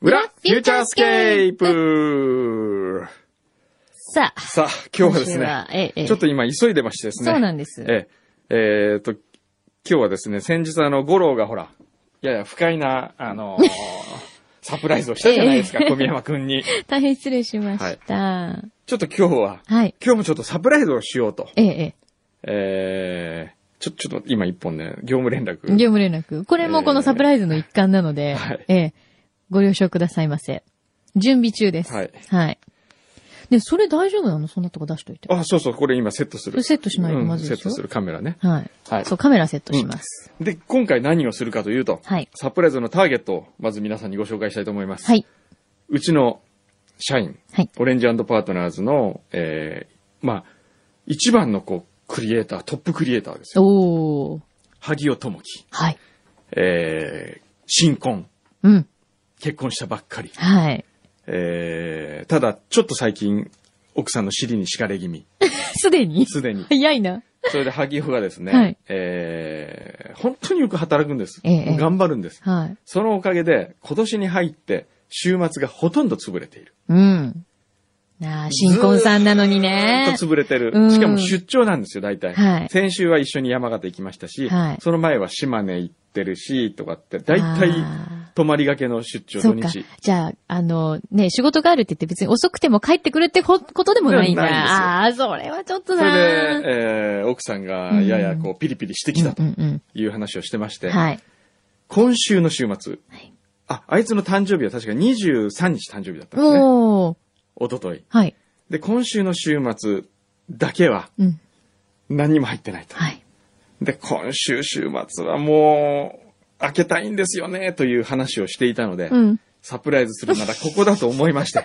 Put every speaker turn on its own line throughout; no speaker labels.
裏フューチャースケープ
さあ、
さあ、今日はです
今週は
ね、
ええ、
ちょっと今急いでましてですね。
そうなんです。
ええ、えーと、今日はですね、先日あの、五郎がほら、やや不快な、あのー サプライズをしたじゃないですか、小宮山くんに。
大変失礼しました。はい。
ちょっと今日は、今日もちょっとサプライズをしようと。
ええ、
えー、ちょ、ちょっと今一本ね、業務連絡。
業務連絡。これもこのサプライズの一環なので、
はい
ええ、ご了承くださいませ。準備中です。
はい
はい。で、それ大丈夫なのそんなとこ出しといて。
あ、そうそう、これ今セットす
それ
る。
セットしないとまず
うん
いで
セッ
しょ
トするカメラね。
はい。
はい
そう、カメラセットします。
で、今回何をするかというと、
はい
サプライズのターゲットをまず皆さんにご紹介したいと思います。
はい。
うちの社員、
はい
オレンジパートナーズの、えー、まあ、一番のこう、クリエイター、トップクリエイターですよ。
おー。
萩尾智樹、
はい。
えー、新婚、
うん。
結婚したばっかり、
はい。
えー、ただ、ちょっと最近、奥さんの尻に敷かれ気味、
すでに
すでに。
早いな。
それで萩尾がですね、
はい
えー、本当によく働くんです。
ええ
頑張るんです。
はい。
そのおかげで、今年に入って、週末がほとんど潰れている。
うん。なあ、新婚さんなのにね。
ずーっと潰れて
う
る。
ん
しかも出張なんですよ、大体。
はい
先週は一緒に山形行きましたし、
はい
その前は島根行ってるし、とかって、大体
あー
泊まりがけの出張
そ
土
うか
日。。
じゃあ、あの、ね、仕事があるって言って別に遅くても帰ってくるってこことでもないんだ。
ではないんですよ
ああー、それはちょっと
そ
な
れで、えー奥さんがややこうピリピリしてきたと
うんうん
いう話をしてまし
う
て、
ん。はい。
今週の週末、
い
あ、あいつの誕生日は確か23日誕生日だったんですね。
おー。
一昨日
はい。
で、今週の週末だけは
うん。
何も入ってないと。
はい。
で、今週週末はもう、開けたいんですよね、という話をしていたので、
うん。
サプライズするならここだと思いま して、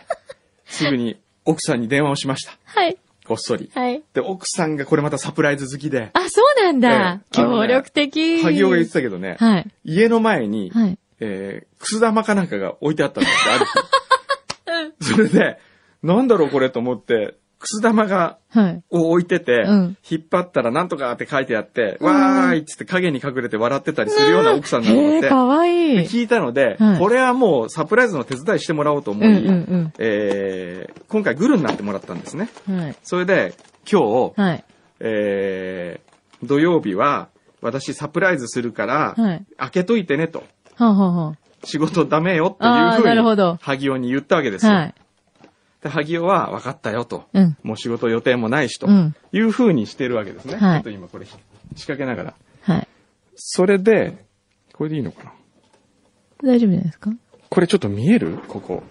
すぐに奥さんに電話をしました。
はい。
こっそり。
はい。
で、奥さんがこれまたサプライズ好きで、
あ、そうなんだ。
ええあの
協
ね
力的。
萩尾が言ってたけどね、
はい。
家の前に、
はい。
えー、くす玉かなんかが置いてあったんですよ、ある日そ れで、なんだろうこれと思って、くす玉が、
はい。
を置いてて、
うん
引っ張ったらなんとかって書いてあって、
うん
わーいっつって影に隠れて笑ってたりするような奥さんなの
へ
っ
え、
て、
かわい
で
い。
聞いたので、
はい
これはもうサプライズの手伝いしてもらおうと
う
思
ん
い、
うん
えー今回グルになってもらったんですね。
うん。はい。
それで、今日、
はい。
えー土曜日は、私サプライズするから、
はい。
開けといてねと。
はあ、はあは
仕事ダメよって
あーな
いう
る
ふう
ほど
に、萩尾に言ったわけです
あ、
よ。
はい。
で萩尾は、分かったよと。
うん。
もう仕事予定もないしと
うん。
いうふうにしてるわけですね。
はい
ちょっと今これ、仕掛けながら。
はい。
それで、これでいいのかな
大丈夫じゃないですか
これちょっと見えるここ。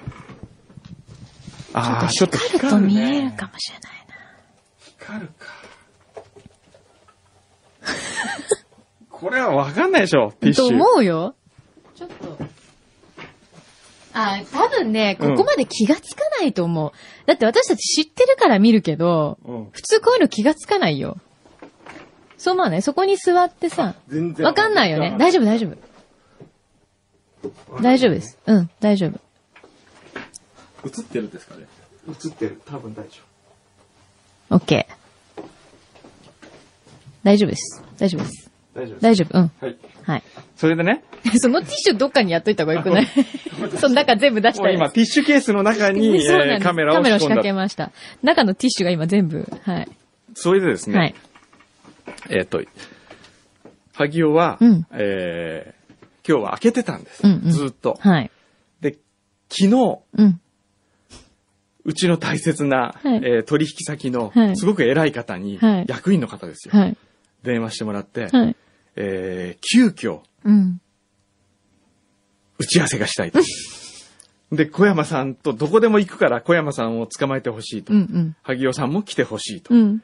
ああ、ちょっと
光ると見えるかもしれないな。
光るか。これはわかんないでしょ、ティッシ
と
ュ。
思うよ。ちょっと。あ、多分ね、
うん
ここまで気がつかないと思う。だって私たち知ってるから見るけど、
うん
普通こういうの気がつかないよ。そう思わないそこに座ってさ、
全然
わかんないよね。大丈夫、大丈夫。大丈夫です。うん、大丈夫。
夫。映ってるんですかね映ってる。多分大丈
オッケー。大丈夫です。大丈夫です。
夫。大丈夫
大丈夫、うん。
はい。
はい。
それでね、
そのティッシュどっかにやっといた方がよ くないその中全部出した
もう
い。
今、ティッシュケースの中に、え
そうなんです
ーカメラを
カメラ
仕
を仕
込ん
掛け
だ。
ました。中のティッシュが今全部、はい。
それでですね、
はい。
えっ、と、萩尾は、
うん
えー今日は開けてたんです。
うんうん
ずっと。
はい。
で、昨日、
うん。
うちの大切な、
はい
えー取引先の
は、い
すごく偉い方に、
はい
役員の方ですよ、
はい。
電話してもらって、
はい。
えー急遽、
うん。
打ち合わせがしたいと。で、小山さんとどこでも行くから小山さんを捕まえてほしいと。
うんうん。
萩尾さんも来てほしいと。
うん。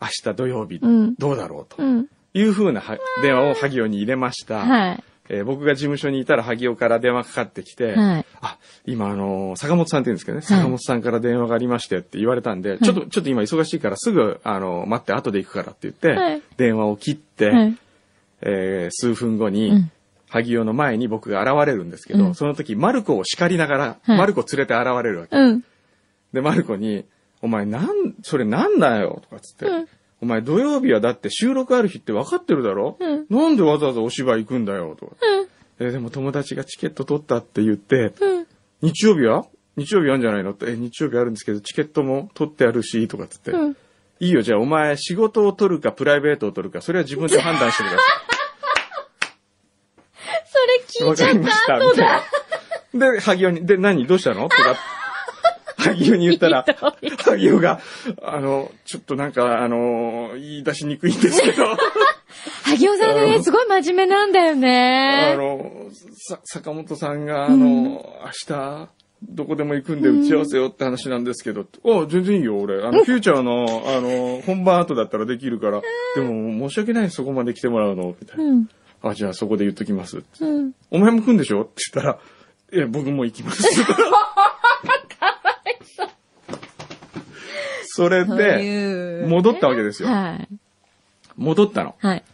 明日土曜日
うん、
どうだろうと。
うん。
いうふうなは電話を萩尾に入れました。
はい。
えー僕が事務所にいたら萩尾から電話かかってきて、
はい
あ、今あのー坂本さんって言うんですけどね、
い
坂本さんから電話がありましてって言われたんで、ちょっと、ちょっと今忙しいからすぐ、あのー待って後で行くからって言って、
はい
電話を切って、
はい。
えー数分後に、
うん
萩尾の前に僕が現れるんですけど、
うん
その時、マルコを叱りながら、
はい
マルコ連れて現れるわけ。
うん。
で、マルコに、お前なん、それなんだよとかっつって、
うん
お前土曜日はだって収録ある日って分かってるだろ、
うん
なんでわざわざお芝居行くんだよ、とか。え、でも友達がチケット取ったって言って、
うん。
日曜日は日曜日あるんじゃないのって、え、日曜日あるんですけど、チケットも取ってあるし、とかっつって。
うん。
いいよ、じゃあお前仕事を取るかプライベートを取るか、それは自分で判断してくださ
そ
い。
れ聞
わ
いち
か
ゃ
り
っ
ましたた、
後
みた
だ。
いな。で、萩尾に、で、何どうしたのと か、萩尾に言ったら
ひどい、
萩尾が、あの、ちょっとなんか、あの、言い出しにくいんですけ ど、
萩尾さん
あ
ね、
の
すごい真面目なんだよ
あ
ね。
の、さ、坂本さんが、あの、明日、どこでも行くんで打ち合わせよって話なんですけど、あ全然いいよ、俺。 あの、フューチャーの、あの、本番後だったらできるから、でも、申し訳ない、そこまで来てもらうの、みたいな。
うん。
あ、じゃあそこで言っときますって。
うん。
お前も来んでしょって言ったら、いや、僕も行き ます。かわいそう。それ
そう
で、
いう
戻ったわけですよ。
はい。
戻ったの。
はい。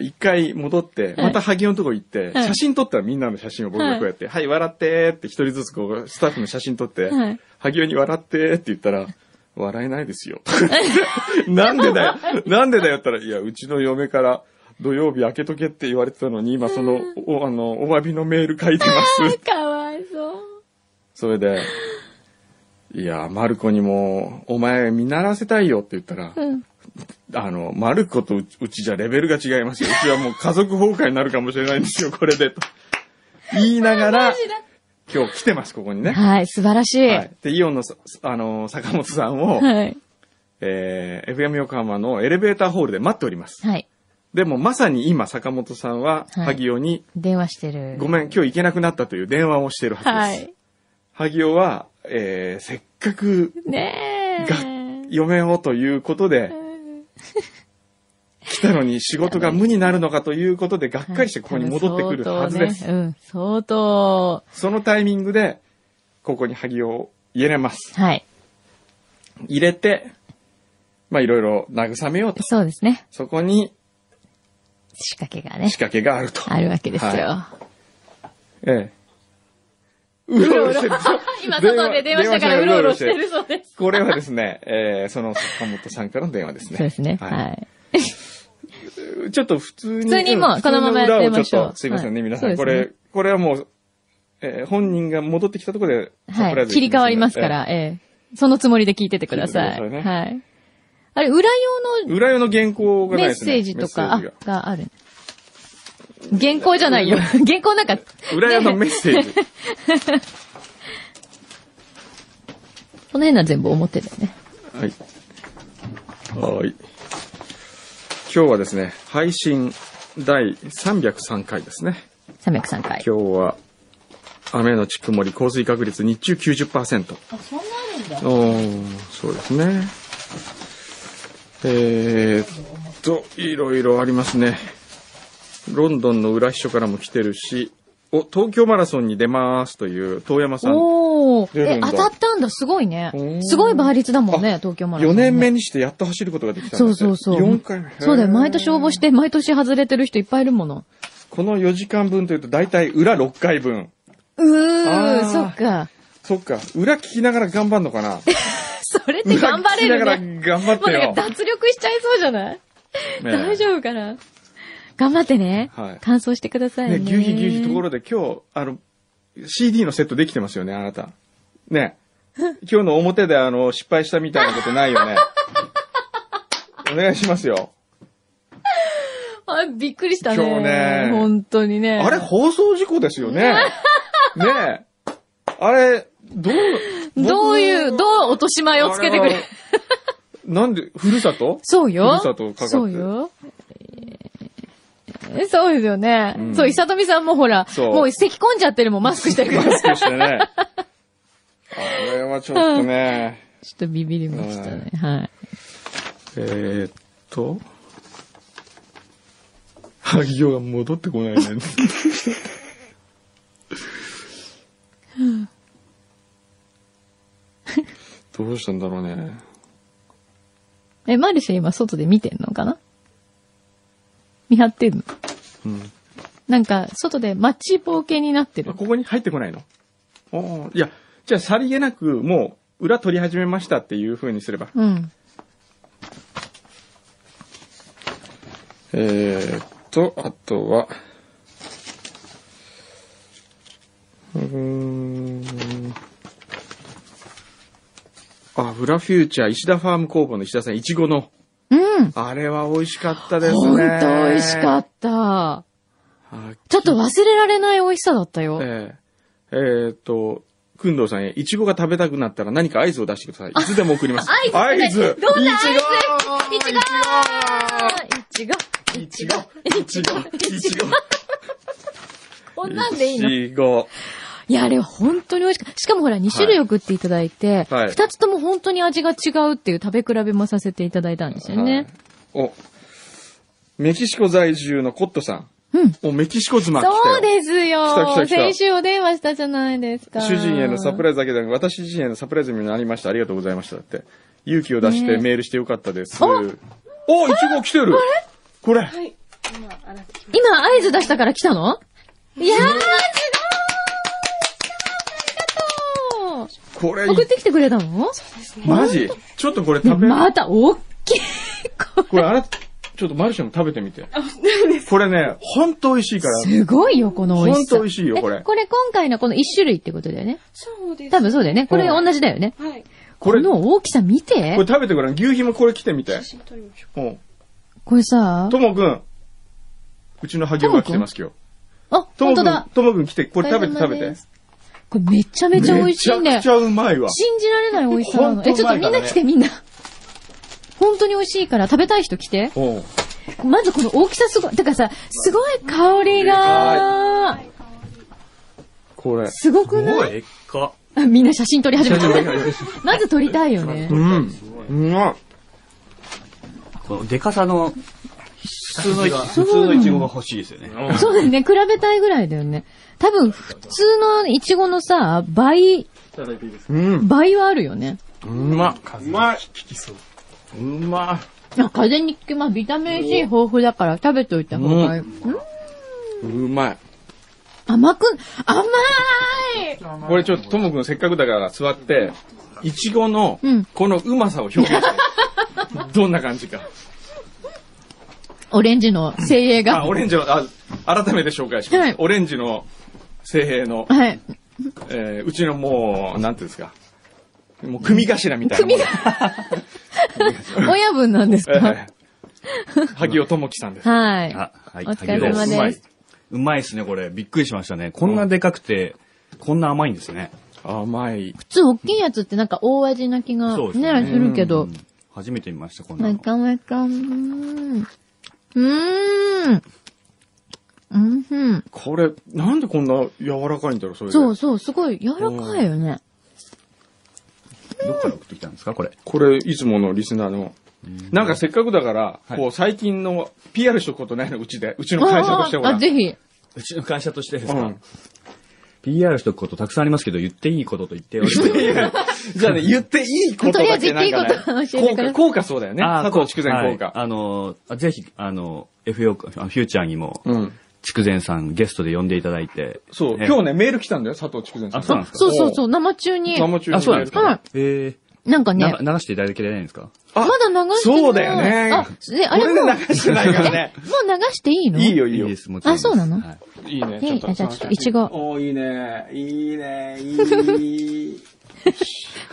一回戻って、
はい
また萩尾のとこ行って、
はい
写真撮ったらみんなの写真を僕がこうやって、はい、笑ってーって一人ずつこう、スタッフの写真撮って、
はい
萩尾に笑ってーって言ったら、笑えないですよ。 なんでだよ。なんでだよって言ったら、いや、うちの嫁から土曜日開けとけって言われてたのに、今その、お、あの、お詫びのメール書いてます。
かわいそう。
それで、いや、マルコにも、お前見習わせたいよって言ったら、
うん。
あの、マルコとううちじゃレベルが違いますよ。うちはもう家族崩壊になるかもしれないんですよ、これで。と言いながら、今日来てます、ここにね。
はい、素晴らしい。
はい。で、イオンのさ、あの、坂本さんを、
はい。
えー、FM 横浜のエレベーターホールで待っております。
はい。
でも、まさに今、坂本さんは、
はい
萩尾に、
電話してる。
ごめん、今日行けなくなったという電話をしてるはずです。
はい。
萩尾は、えー、せっかく、
ねえ。
が嫁をということで、来たのに仕事が無になるのかということで、がっかりしてここに戻ってくるはずです。
はい相当
そのタイミングで、ここに萩を入れます。
ねうん、相当。はい。
入れて、まあいろいろ慰めようと。
そうですね。
そこに
仕掛けがね
仕、掛けがあると。
あるわけですよ。
はええ。うろうろしてる。
今、外で電話したからうろうろしてるそうです。
これはですね、えー、その坂本さんからの電話です
そ
ね。
うですね。
は
はい。
い。ちょっと普通に。
普通にもう
うん
このままやってみましょう
普通の裏をちっとすいませんね、
はい
皆さ
そ
ん。
うで
こ
すね
れ、これはもう、えー本人が戻ってきたところで、サプ
は
ライ
い。
ズ
切り替わりますか
え
ら、ええ。そのつもりで聞いててください。
聞いててくださ
はい。あれ、裏用
え
の
裏用の原稿がない
メッ
ですね。
セージとか、
メッセージが
あがある。原稿じゃないよ。原稿なんか、
裏屋のメッセージ。
この辺は全部表だよね。
はい。はい。今日はですね、配信第303回ですね。
303回。
今日は、雨のち曇り、降水確率、日中90%。
あ、そんなあるんだ。
おーそうですね。えー、っと、いろいろありますね。ロンドンの裏秘書からも来てるし、お、東京マラソンに出ますという遠山さん。
おお。
出る
え
ん、だ
当たったんだ。すごいね
お。ー
すごい倍率だもんね、東京マラソ
4
ンね。
年目にしてやっと走ることができたんです
そ
よ
うそうそう。
4回目。
そうだよ。毎
へ
年
ー
応募して、毎年外れてる人いっぱいいるもの。
この4時間分というと大体裏6回分。
うー
あ
ん、
ー
そっか。
そっか、裏聞きながら頑張んのかな
それって 頑張れ
裏
るね。
聞きながら頑張っ
もう
て
な
よ
ん。か脱力しちゃいそうじゃない大丈夫かな頑張ってね
はい。
乾燥してください
ね
ね。
ぎゅうひぎゅうひところで今日、あの、CD のセットできてますよね、あなた。 ね。今日の表であの、失敗したみたいなことないよ ね。お願いしますよ。
あ、びっくりしたね。
今日ね
本当にね。
あれ、放送事故ですよ ね。ねあれ、どう、僕
どういう、どう落とし前をつけてく
あ
れ
は
る
なんで、ふるさ と
そうよ。
ふるさとかかって
そうよ。えーそうですよね。
うん
そう、いさとみさんもほら、
そう
もう咳込んじゃってるもん、マスクしてる か
マ
ら。ちょ
スクしてね。あれはちょっとね。
っとビビりましたね。はい。
えー、っと。萩尾が戻ってこないね。 どうしたんだろうね。
え、マルシェ今外で見てんのかな見張ってんの
うん。
なんか、外で待ちぼうけになって
あ
る。
ここに入ってこないのおーいや、じゃあさりげなくもう裏取り始めましたっていう風にすれば。
うん。
えーっと、あとは、うーん。あ、フラフューチャー、石田ファーム工房の石田さん、いちごの。
うん。
あれは美味しかったですね。
ほんと美味しかった。
あ
ちょっと忘れられない美味しさだったよ。
えええーっと、くんどうさんへ、いちごが食べたくなったら何か合図を出してください。いつでも送ります。
合図どんな合図
い
い
ちご
ちご
ーい
い
ち
ち
ご
ご
いちごいちご
こんなんでいいのい
いちご。
や、あれ本当に美味しかった。しかもほら、2種類送っていただいて、
はいはい
2つとも本当に味が違うっていう食べ比べもさせていただいたんですよね。
はいお、メキシコ在住のコットさ
うん。
ん。お、メキシコ妻来たよ。
そうですよ
来た来た来た
先週お電話したじゃないですか。
主人へのサプ
ライ
ライズだけでなく、私自身へのサプライズにもなりました。ありがとうございました。だって。勇気を出して
ね
メールしてよかったです。お、いちご来てるこれ
はい。今、洗ってきま
今、合図出したから来たのいやー、すごいありがと
これ
う送ってきてくれたの
すね。
マジちょっとこれ食べ、
また、おっきい。こ
これあら、ちょっとマルシェも食べてみて。これね、ほんと美味しいから。
すごいよ、この美味し
ほ
さ。
んと美味しいよこれ
えこれ今回のこの一種類ってことだよね。
そうです。
多分そうだよね。これ
うん
同じだよね。
はい。
こ
こ
れ
の大きさ見て
これ。食べてごらん。牛皮もこれ来てみて
写。真撮りましょ
うん。
これさ
と、もくん。うちのハギオが来てます、今日。
あ、
ともく
本当
ん
だ、。
ともくん来て、これ食べて
お疲
食べ
れ様
て
で。すこれめちゃめちゃ美味しいんだ
めち
よ
ゃくち。ゃうまいわ。
信じられない美味しさな
ほん
の。
と
え、
う
ちょっ
ま
と
い
み
からね
んな来てみんな。本当に美味しいから食べたい人来て。
うん。
まずこの大きさすごい。だからさ、すごい香りが、
これ。
すごくない
でっか。
あみんな写真撮り始めた
写真撮り始。
まず撮りたいよね
う。ん。うまい。
このでかさの、普通の、普通のイチゴが欲しいですよね。
そうだよね。比べたいぐらいだよね。多分、普通のイチゴのさ、倍、
うん。
倍はあるよね。
うまっ。
うまい。
うま
あ風邪に効きます。ビタミン C 豊富だから食べといた方がいい。うん
い。うまい。
甘く、甘い
これちょっとともくんせっかくだから座って、いちごの
うん、
このうまさを表現して。 どんな感じか。
オレンジの精鋭が
あ、。オレンジの、あ、改めて紹介します。
はい
オレンジの精鋭の、
はい。
えーうちのもう、なんていうんですか。もう、組頭みたいなもの。
親分なんですか
えー萩尾智樹さんです。
はい。
あ、はい。
お疲れ様
う
です
まい。
うまいですね、これ。びっくりしましたね。こんなでかくて、こんな甘いんですね。
甘い。
普通大きいやつってなんか大味な気が
そうですね
ね、するけど
うん。。初めて見ました、こんな
な
の。
かなか、うーん。うーん。うんふん。
これ、なんでこんな柔らかいんだろう、それで。
そうそう、すごい柔らかいよね。
どっから送ってきたんですか、これ。
これ、いつものリスナーの。なんかせっかくだから、
はい
こう、最近の PR しとくことないの、うちで。うちの会社としてほ
ああ
ら。
あ、ぜひ。
うちの会社としてです
う
か
ん。
PR しとくことたくさんありますけど、言っていいことと言ってお りま す。
じゃあね、言っていいことだけなんかね。
とりあえず言っていいこと教えてください
効果、効果そうだよね。
あー
佐藤筑前効
はい
果。
あのー、あぜひ、あのー、FO、あフューチャーにも、
うん。
筑前さんゲストで呼んでいただいて。
そう、
ね
今日ね、メール来たんだよ、佐藤筑前さん。
あそうなんですか
そうそうそう、生中に。
生中に
あ、そうなんです
は
か
い
ええ。
なんかね
な、流していただけないんですか
あ
まだ流してない。
そうだよね
あ、で、あ
俺
れもう、もう
で流してないから ね。
流していいの
いいよ、いいよ
いい。です、もちろんです。
あそうなの
はい
いいね、
いいじゃあちょっといちご
おーいいね。いいね。い い。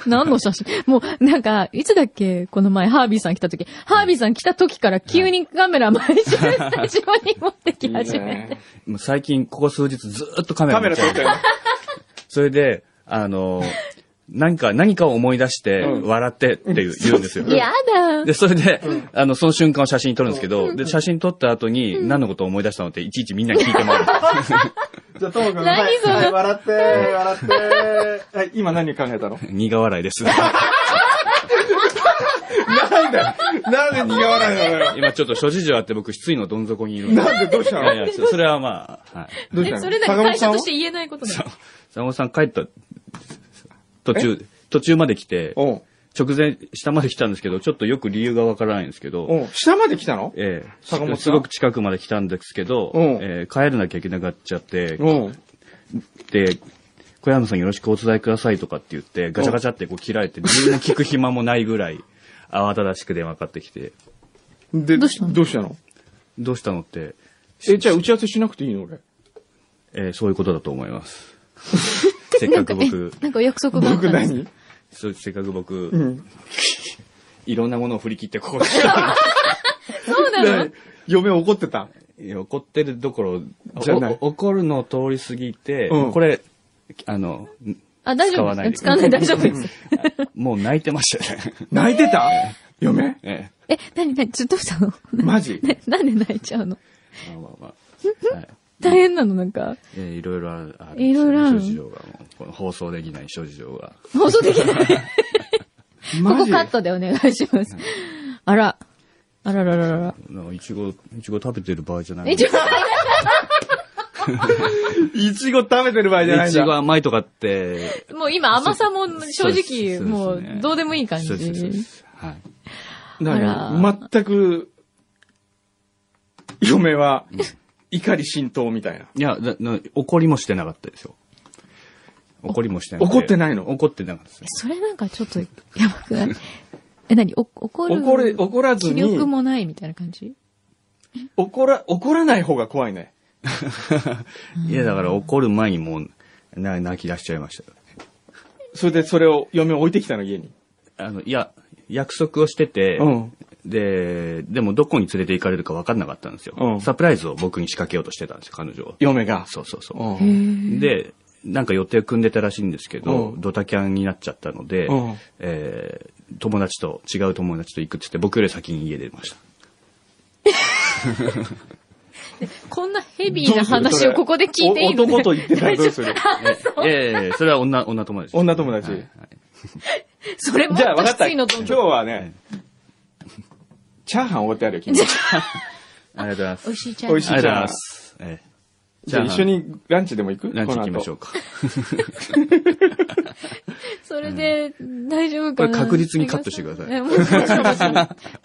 何の写真もう、なんか、いつだっけこの前、ハービーさん来た時。ハービーさん来た時から急にカメラ毎週スタジオに持ってき始めて。
もう最近、ここ数日ずーっとカメラ
カメラ
見ち
撮
ゃ
っ
う
たよ。
それで、あのー、何か、何かを思い出して、
うん
笑ってっていう言うんで すよ。
やだ
で、それで、あの、その瞬間を写真に撮るんですけど、で、写真撮った後に、何のことを思い出したのって、いちいちみんなに聞い てもらう。
じゃあ、ともくん。
何
はい
それ
はい笑って、笑って。はい、 今何考えたの
苦笑 いです。
なんで、なんで苦笑いなのよ。
今ちょっと諸事情あって僕、失意のどん底にいるんで。
なんでどうした
いやい
の
や、そそれはまあ、はい。
どうした
え、
の
それだけ
坂本
会
さ
社
ん
と
は
して言えないことだよ。
坂本さん帰った、途中、途中まで来て、
おう
直前、下まで来たんですけど、ちょっとよく理由がわからないんですけど、
おう下まで来たの
ええ
坂本さん
すごく近くまで来たんですけど、
うん
ええ帰らなきゃいけなくなっちゃって、
おう
で、小山さんよろしくお伝えくださいとかって言って、ガチャガチャってこう切られ て、自分も聞く暇もないぐらい、慌ただしく電話かかってきて、
で、
どうしたの
どうしたの
どうしたのって、
え、じゃあ打ち合わせしなくていいの俺。
えーそういうことだと思い ます。せっかく僕、
なんかお約束があった
僕
んです
何
そうせっかく僕、
うん。
いろんなものを振り切ってここ
そうなの
嫁怒ってた。
に怒ってるどころ
じゃない
お怒るのを通り過ぎて、
うん
これ、あの、
あ、大丈夫ですね。使わない、大丈夫です。
もう泣いてましたね。
泣いてた嫁
え
え、なになにちょ、どうしたの
マジ
ななんで泣いちゃうの
えまあまあまあ。はい
大変なのなんか、
えーいろいろある。ある
いろいろある
諸事情がもう、この放送できない諸事情が。
放送できない。こ
マ
こ
ジ
カットでお願いします。あら。あららららら。
なんかいちご、いちご食べてる場合じゃない。
え、ちょ、
いちご食べてる場合じゃない
い
ん
ちご
だ。
甘いとかって、
もう今甘さも正直、
そうです
もうどうでもいい感じ
そう。ですそうですはい。
なんか全く、嫁は、怒り浸透みたいな。
いや、だな怒りもしてなかったですよ。怒りもしてなか
怒ってないの
怒ってなかったですね。
それなんかちょっとやばくない え、なに怒る
怒れ、怒らず
気
に、
力もないみたいな感じ
怒ら、怒らない方が怖いね。
いや、だから怒る前にもう、な泣き出しちゃいましたよ。
それでそれを嫁置いてきたの、家に。
あの、いや、約束をしてて、
うん
で、でもどこに連れて行かれるか分かんなかったんですよ。
うん
サプライズを僕に仕掛けようとしてたんですよ、彼女は。
嫁が。
そうそうそう。
うん
で、なんか予定組んでたらしいんですけど、
うん
ドタキャンになっちゃったので、
うん
えー友達と、違う友達と行くって言って、僕より先に家出ました。
こんなヘビーな話をここで聞いていいの
お男と言ってたらどうする
いやいやいや、それは女、女友達です。
女友達
はいはい
それもっ
じゃあ
と
分か
き
った。
つい
今
のと思う
日はね、チャーハンおごってやるよ、君。じ
ありがとうございます。
美味しいチャ
美
ー
味しい
ハ
あ
ン
りがとうございます。え
ゃあ一緒にランチでも行く
えランチ行きましょ
う。
うか。
それで、大丈夫
こ
か
れ
な
確実にカットしてください
え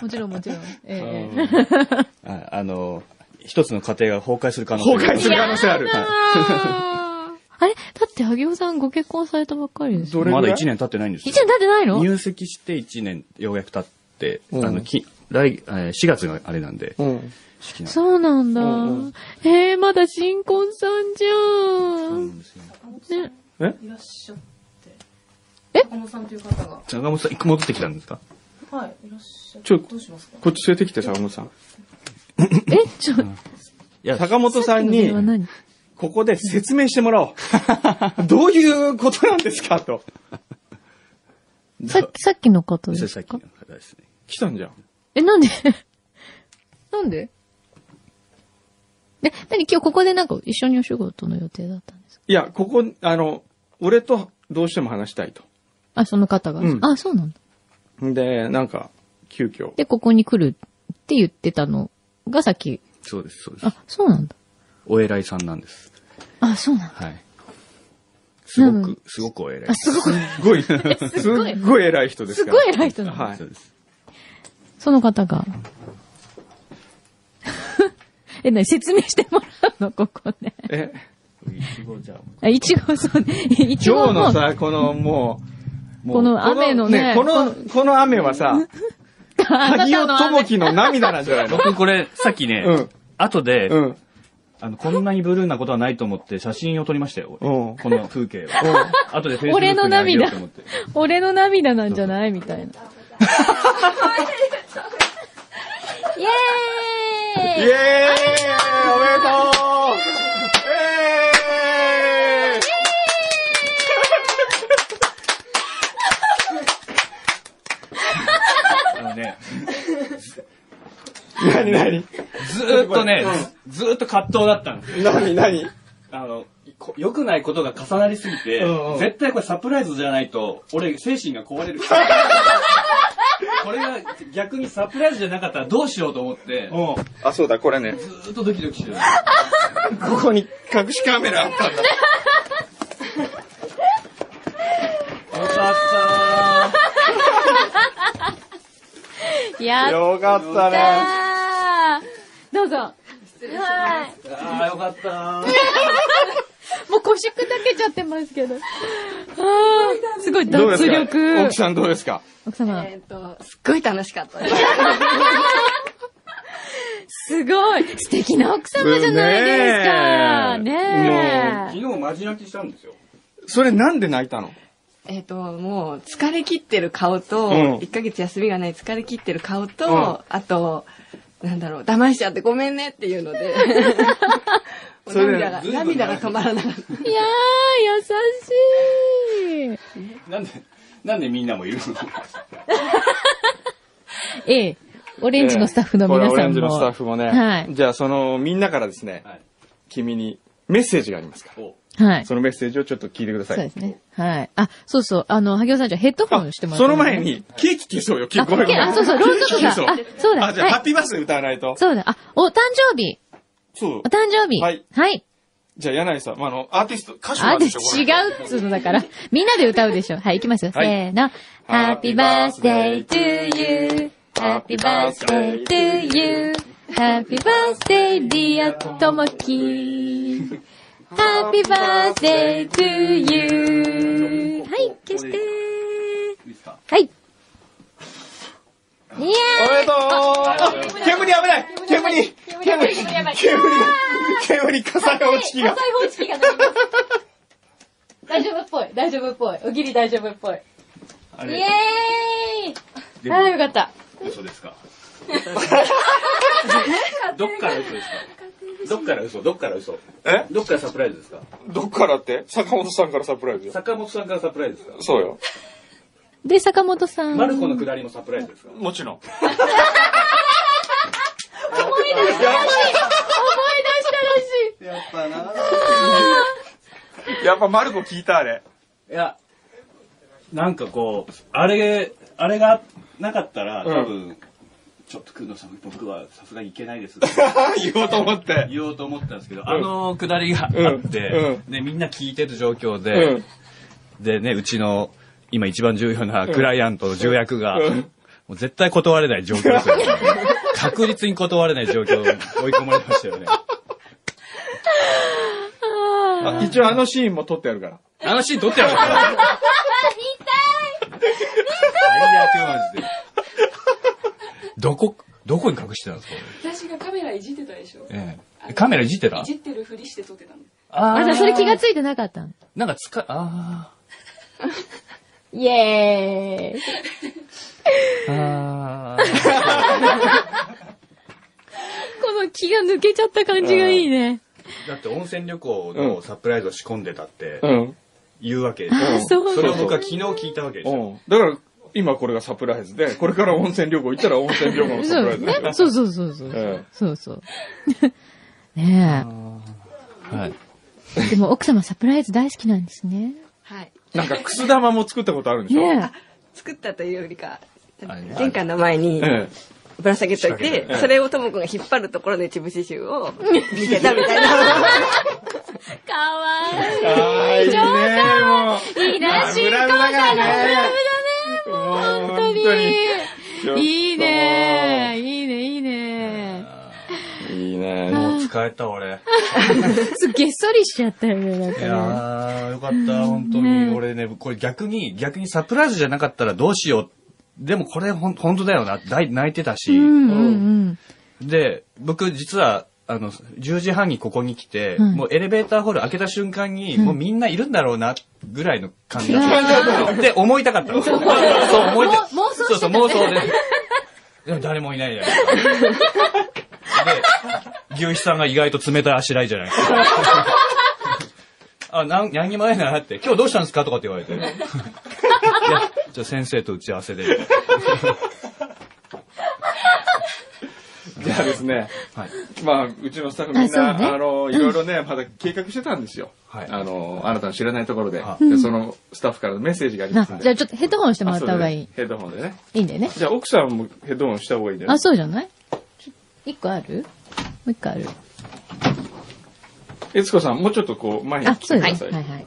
もちろん もちろん、もちろん、もちろん。ええ
ああの、一つの家庭が崩壊する可能性が
崩壊する可能性ある。
あーあれだって、萩尾さんご結婚されたばっかりですよ。
どれぐ
ま
らい
だ1年経ってないんです
一
よ
年。経ってないの
入籍して1年、ようやく経って、
うん
あの、き来、えー4月があれなんで、
うん。
式なんで
そうなんだ
うんうん。
ええまだ新婚さんじゃ。
うんんですよ。
ね、
え
いらっしゃって。
え
坂本さんという方が。
坂本さん、戻ってきたんですか
はい、いらっしゃって。
ちょっと
どうしますか
こっち連れてきて、坂本さん。
え、ちょ、
いや、
坂本さん
これ
に
は、何
ここで説明しても らおう。どういうことなんですかと。
さっき、さっきの方で
先
す
生
か
さっきの方ですね。
来たんじゃん。
え、なんで なんでえ、なに今日ここでなんか一緒にお仕事の予定だったんですか
いや、ここ、あの、俺とどうしても話したいと。
あ、その方が、
うん
あ、そうなんだ。
で、なんか、急遽。
で、ここに来るって言ってたのがさっき、
そうです、そうです
あ。、そうなんだ。
お偉いさんなんです。
あ、そうなんだ。
はい。すご
なのに
く、すごくお偉い
あ、。すごく、
すっごい、 すっごい偉い人です
す
か
ご
ら。
い偉い人だ。
は
そうです。
その方が。 え、なに説明してもらうのここで。
え、
あ、いちご、そ うね。いち
今
ご
日
の
の、さ、このもう、もう
この雨のね
この、この雨はさ、
あな
萩
た
尾
の
智
雨。
樹の涙なんじゃない の
僕これ、さっきね
うん、
後で、
うん。
あの、こんなにブルーなことはないと思って写真を撮りましたよ。
うん
この風景を。後で Facebook
俺の
にあげよ
涙
うと思って。。
俺の涙なんじゃないみたいな。イェ
イエ
ー
ーイおめ
イ
でとうイエーイ
あのね、
何何
ずーっとね、ずーっと葛藤だったの。
何何
あの、こ良くないことが重なりすぎて
うんうん、
絶対これサプライズじゃないと、俺精神が壊れる。 これが逆にサプライズじゃなかったらどうしようと思って、
うん。あ、そうだ、これね。
ずーっとドキドキしてる。
ここに隠しカメラあったんだ。
よかっ
やっ
よかったね。
たーどうぞ。はい。
たー。あーよかったー。
もう腰砕けちゃってますけど。あーすごい
どうで
脱
すか
力
奥。さんどうですか
奥様、
えっと、すっごい楽しかったです。
すごい素敵な奥様じゃないですか
ね
ね
え
え
昨日マジ泣きしたんですよ。
それなんで泣いたの
えっ、と、もう、疲れ切ってる顔と、
うん
1ヶ月休みがない疲れ切ってる顔と、
うん
あと、なんだろう、騙しちゃってごめんねっていう ので、もう
それ
涙が、
ずいぶん
涙が止まらなかった。
いやー、優しい。
なんで、なんでみんなもいるの
ええ、オレンジのスタッフの皆さんも。
これオレンジのスタッフもね。
はい
じゃあ、その、みんなからですね、
はい。
君にメッセージがありますから。
お
はい。
そのメッセージをちょっと聞いてくださ
そ
い。
うですね。はい。あ、そうそう。あの、萩尾さんじゃあヘッドホンしてもらって
そ
もい
の
い
前。に、ケーキ消そうよ、ケー
あ、
キ。ごめんごめん
あそうそう、ローズ
ケーキ消そう
が。あ、そうだ。
あ、じゃあ、
は
ハ
い
ッピーバースデー歌わないと。
そうだ。あ、お誕生日。
そう
お。誕生日。
はい
はい。
じゃあ、柳井さん、まあ、あの、アーティスト、歌手
あ、
なん
で、
で
違
しょこれ
うっつうのだから。みんなで歌うでしょ。はい、いきますよ。せ
はい
ーの。
Happy birthday
Happy birthday
to
to
you.Happy birthday
you.Happy
to
birthday to you.Happy birthday dear ともき。Happy birthday to you. はい、消して
いいですか
はい。
お
いや
めでとうあ煙危ない煙煙煙煙火災報知器が。
放置機が鳴ります大丈夫っぽい、大丈夫っぽい。おぎり大丈夫っぽい。
あ
イ
れ
エーイ
で
ああ、よかった。
嘘で すかどっから嘘ですかどっから嘘どっから嘘
え
どっからサプライズですか
どっからって坂本さんからサプライズよ。
坂本さんからサプライズですか
そうよ。
で、坂本さん。
マルコの下りもサプライズですか
もちろん。
思
やっぱな
やっぱマルコ聞いたあれ。
いやなんかこうあれあれがなかったら多分、ちょっと工藤さん僕はさすがにいけないです
言おうと思って。
言おうと思ったんですけど、あの下りがあって、
うん
でみんな聞いてる状況
う
で、
ん。
でね、うちの今一番重要なクライアント、重役が、
うん
もう絶対断れない状況ですよね。確実に断れない状況、追い込まれました よね。
あ一応あのシーンも撮ってあるから。
あのシーン撮ってやるから。痛い最悪マジで。どこ、どこに隠してたんですか
私がカメラいじってたでしょ
ええ。カメラいじってた
いじってるふりして撮ってたの。
あ
い出したらしい。あ、じゃあそれ気がついてなかったの
なんかつか、あ
イエーイ。
ーあ
この気が抜けちゃった感じがいいね。
ー。だって温泉旅行
うん
のサプライズを仕込んでたって
うん。
言うわけで
あ、そう
それを
だ。
僕は昨日聞いたわけですよ。
うん。だから、今これがサプライズで、これから温泉旅行行ったら温泉旅行のサ
そ
プ
う
ライ
です
ズ
ね
で。す
そ
よ。
うそうそうそう
ええ。
そうそう。 ね
はい。
え。でも奥様サプライズ大好きなんですね。
はい。
なんか、くす玉も作ったことあるんでしょ
ね
作ったというよりか
はい、
玄関の前に
ええ。
ぶら下げと
仕
い
掛
て
け、
それをともくんが引っ張るところの一部刺繍を見てたみたいな。
え。かわいい。
ああ、いいね、もう。
いいらしい
ラブラブだからね。もう
本
本
当
当に。
に。いいね。いいね、いいね。
いいね。
もう使えた俺。
そうげっそりしちゃったよね、なん
い
か
や
ね。
ー、よかった、本当に。俺ね、これ逆に、逆にサプライズじゃなかったらどうしよう。でもこれほん、本当だよな。だい泣いてたし。
うんうん
で、僕実は、あの、10時半にここに来て、
うん
もうエレベーターホール開けた瞬間に、もうみんないるんだろうな、ぐらいの感じだった。 で、思いたかったの。そう、思い
も
た。
う妄想してたね
そうそう、妄想で。でも誰もいないじゃないですか。で、牛肥さんが意外と冷たいあしらいじゃないですか。あ、なん、何にもないなって、今日どうしたんですかとかって言われて。いや、じゃあ先生と打ち合わせで。
じゃあですね。
はい。
まあ、うちのスタッフみん
あ
な、
そうね
あの、いろいろね、まだ計画してたんですよ。
はい
あの、あなたの知らないところで
は。
でそのスタッフからのメッセージがあり
うん。な
ますんで。
じゃあちょっとヘッドホンしてもら
あ
っ
そ
た
う
方
だ
が
ね
いい。
ヘッドホンでね。
いいんだよね。
じゃあ、奥さんもヘッドホンした方がいいんじゃない
あ、そうじゃないちょ一個あるもう一個ある。
悦子さん、もうちょっとこう、前に
あ、
来
そ
て
う
くだ
です
さ
ね。
い。
はいはい。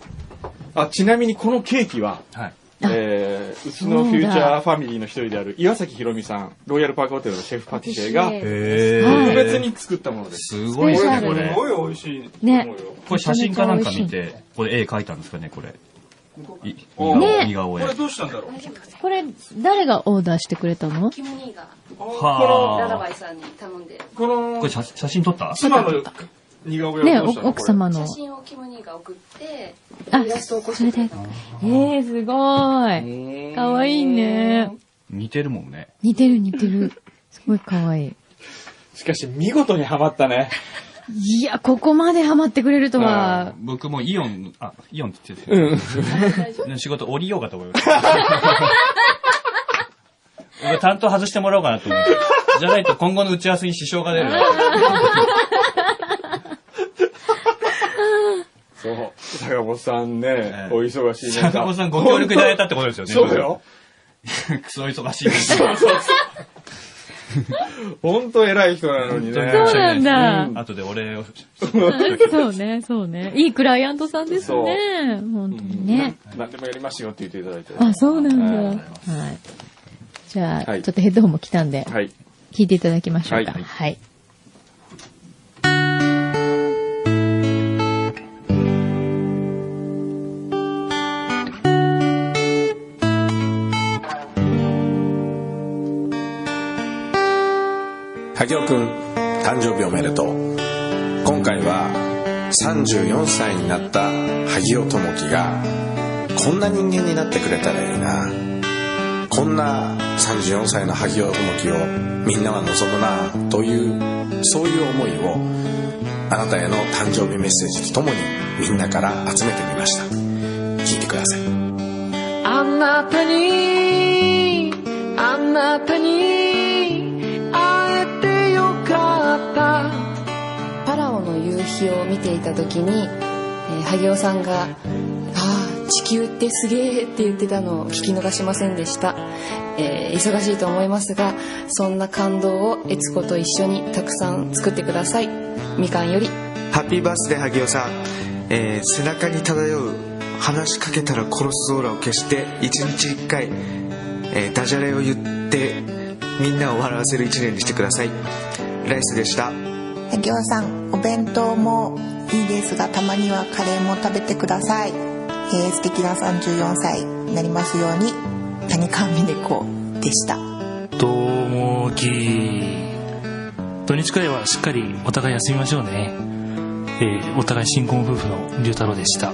あ、ちなみにこのケーキは、
はい。
えー、うちのフューチャーファミリーの一人である岩崎宏美さん、ロイヤルパークホテルのシェフパティシエが、
へ
へ
ー
特別に作ったものです。
すごいですね、
スペシ
こ
ャル
れ
ね。
い美味しい
ね
よ。
これ写真かなんか見て、これ絵描いたんですかね、これ。い
おー
ね
似顔
こ
絵。
れどうしたんだろう
これ、誰がオーダーしてくれたの
キム兄が
は
ララ
あ
バイさんに頼んで、
こ
こ
の
れ、写写真撮った
妻の似顔絵
ね
はどうしたの
お奥。様の
写。真をキム兄が送って、
あ
イラストを起こしてくれたの。
えー、すご
こ
い。
れ
かわいい。ね。
似てるもんね。
似てる似てる。すごいかわい
しかし、見事にハマったね。
い。いや、ここまでハマってくれるとは。
僕もイオン、あ、イオンって言ってた。うん。仕事降りようかと思いました。俺担当外してもらおうかなと思って。じゃないと今後の打ち合わせに支障が出る。
そう。坂本さんね
え、
お忙しい中。
坂本さんご協力いただいたってことですよね。
そうだよ。
クソ忙しいです。
ほんと偉い人なのにね。
そうなんだ
あとでお礼を。
そうね、そうね。いいクライアントさんですね。本当にね。
何でもやりますよって言っていただいて。
あ、そうなんだ。
はい
はい。じゃあ、
はい
ちょっとヘッドホンも来たんで、
はい。
聞いていただきましょうか。
はい
はい。
萩尾くん誕生日おめでとう今回は34歳になった萩尾智樹がこんな人間になってくれたらいいなこんな34歳の萩尾智樹をみんなは望むなというそういう思いをあなたへの誕生日メッセージとともにみんなから集めてみました聞いてください
あなたにあなたに会えてよかった
パラオの夕日を見ていた時に、えー萩尾さんが「ああ地球ってすげえ」って言ってたのを聞き逃しませんでした、えー忙しいと思いますがそんな感動を悦子と一緒にたくさん作ってくださいみかんより
ハッピーバースデー萩尾さん、えー背中に漂う話しかけたら殺すオーラを消して一日一回、えーダジャレを言ってみんなを笑わせる一年にしてくださいライスでした
萩尾さんお弁当もいいですがたまにはカレーも食べてください、えー、素敵な34歳になりますように谷川峰子でした
どうもき土日くらいはしっかりお互い休みましょうね。えーお互い新婚夫婦の龍太郎でした。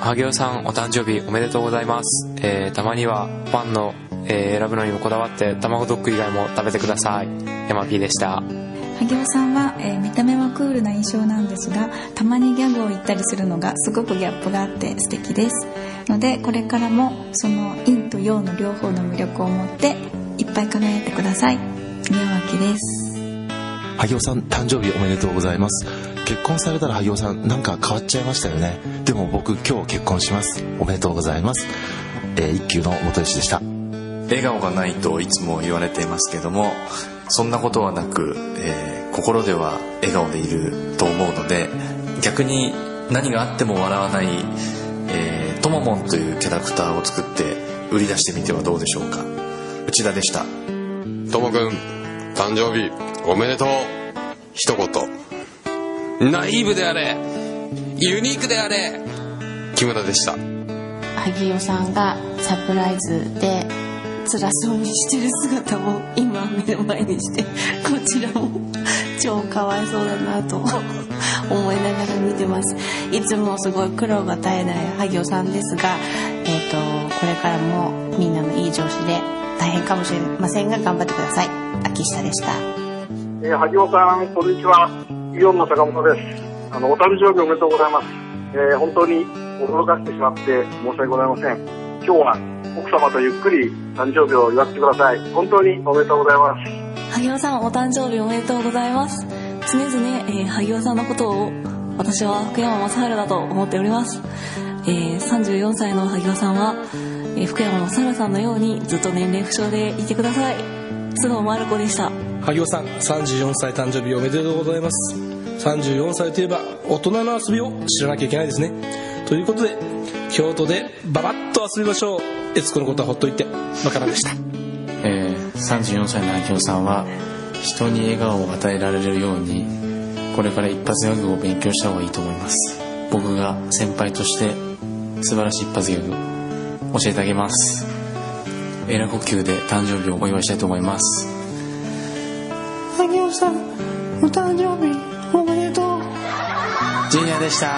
萩尾さんお誕生日おめでとうございます、えーたまにはパンの、えー選ぶのにもこだわって卵ドッグ以外も食べてください山 P でした
萩尾さんは、えー見た目はクールな印象なんですがたまにギャグを言ったりするのがすごくギャップがあって素敵ですのでこれからもその陰と陽の両方の魅力を持っていっぱい輝いてください宮脇です
萩尾さん誕生日おめでとうございます結婚されたら萩尾さんなんか変わっちゃいましたよねでも僕今日結婚しますおめでとうございます、えー一休の元石でした
笑顔がないといつも言われていますけどもそんなことはなく、えー心では笑顔でいると思うので逆に何があっても笑わない、えー、とももんというキャラクターを作って売り出してみてはどうでしょうか内田でした
ともくん誕生日おめでとう一言ナイーブであれユニークであれ木村でした
萩尾さんがサプライズで辛そうにしてる姿を今目の前にしてこちらも超かわいそうだなと思いながら見てますいつもすごい苦労が絶えない萩尾さんですが、えー、とこれからもみんなのいい上司で大変かもしれませんが頑張ってください秋下でした
えー、萩尾さん、こんにちは。イオンの坂本です。あの、お誕生日おめでとうございます。えー本当に驚かせてしまって申し訳ございません。今日は奥様とゆっくり誕生日を祝ってください。本当におめでとうございます。
萩尾さんお誕生日おめでとうございます常々、えー萩尾さんのことを私は福山雅治だと思っております、えー34歳の萩尾さんは、えー福山雅治さんのようにずっと年齢不詳でいてください須藤真子でした
萩尾さん、34歳誕生日おめでとうございます。34歳といえば大人の遊びを知らなきゃいけないですね。ということで、京都でババッと遊びましょう。えつこのことはほっといて、わからんでした。
えー34歳の萩尾さんは人に笑顔を与えられるようにこれから一発ギャグを勉強した方がいいと思います僕が先輩として
素晴らしい一発ギャグ教えてあげますエラ呼吸で誕生日をお祝いしたいと思います
あきおさん、お誕生日おめでとう。
ジュニアでした。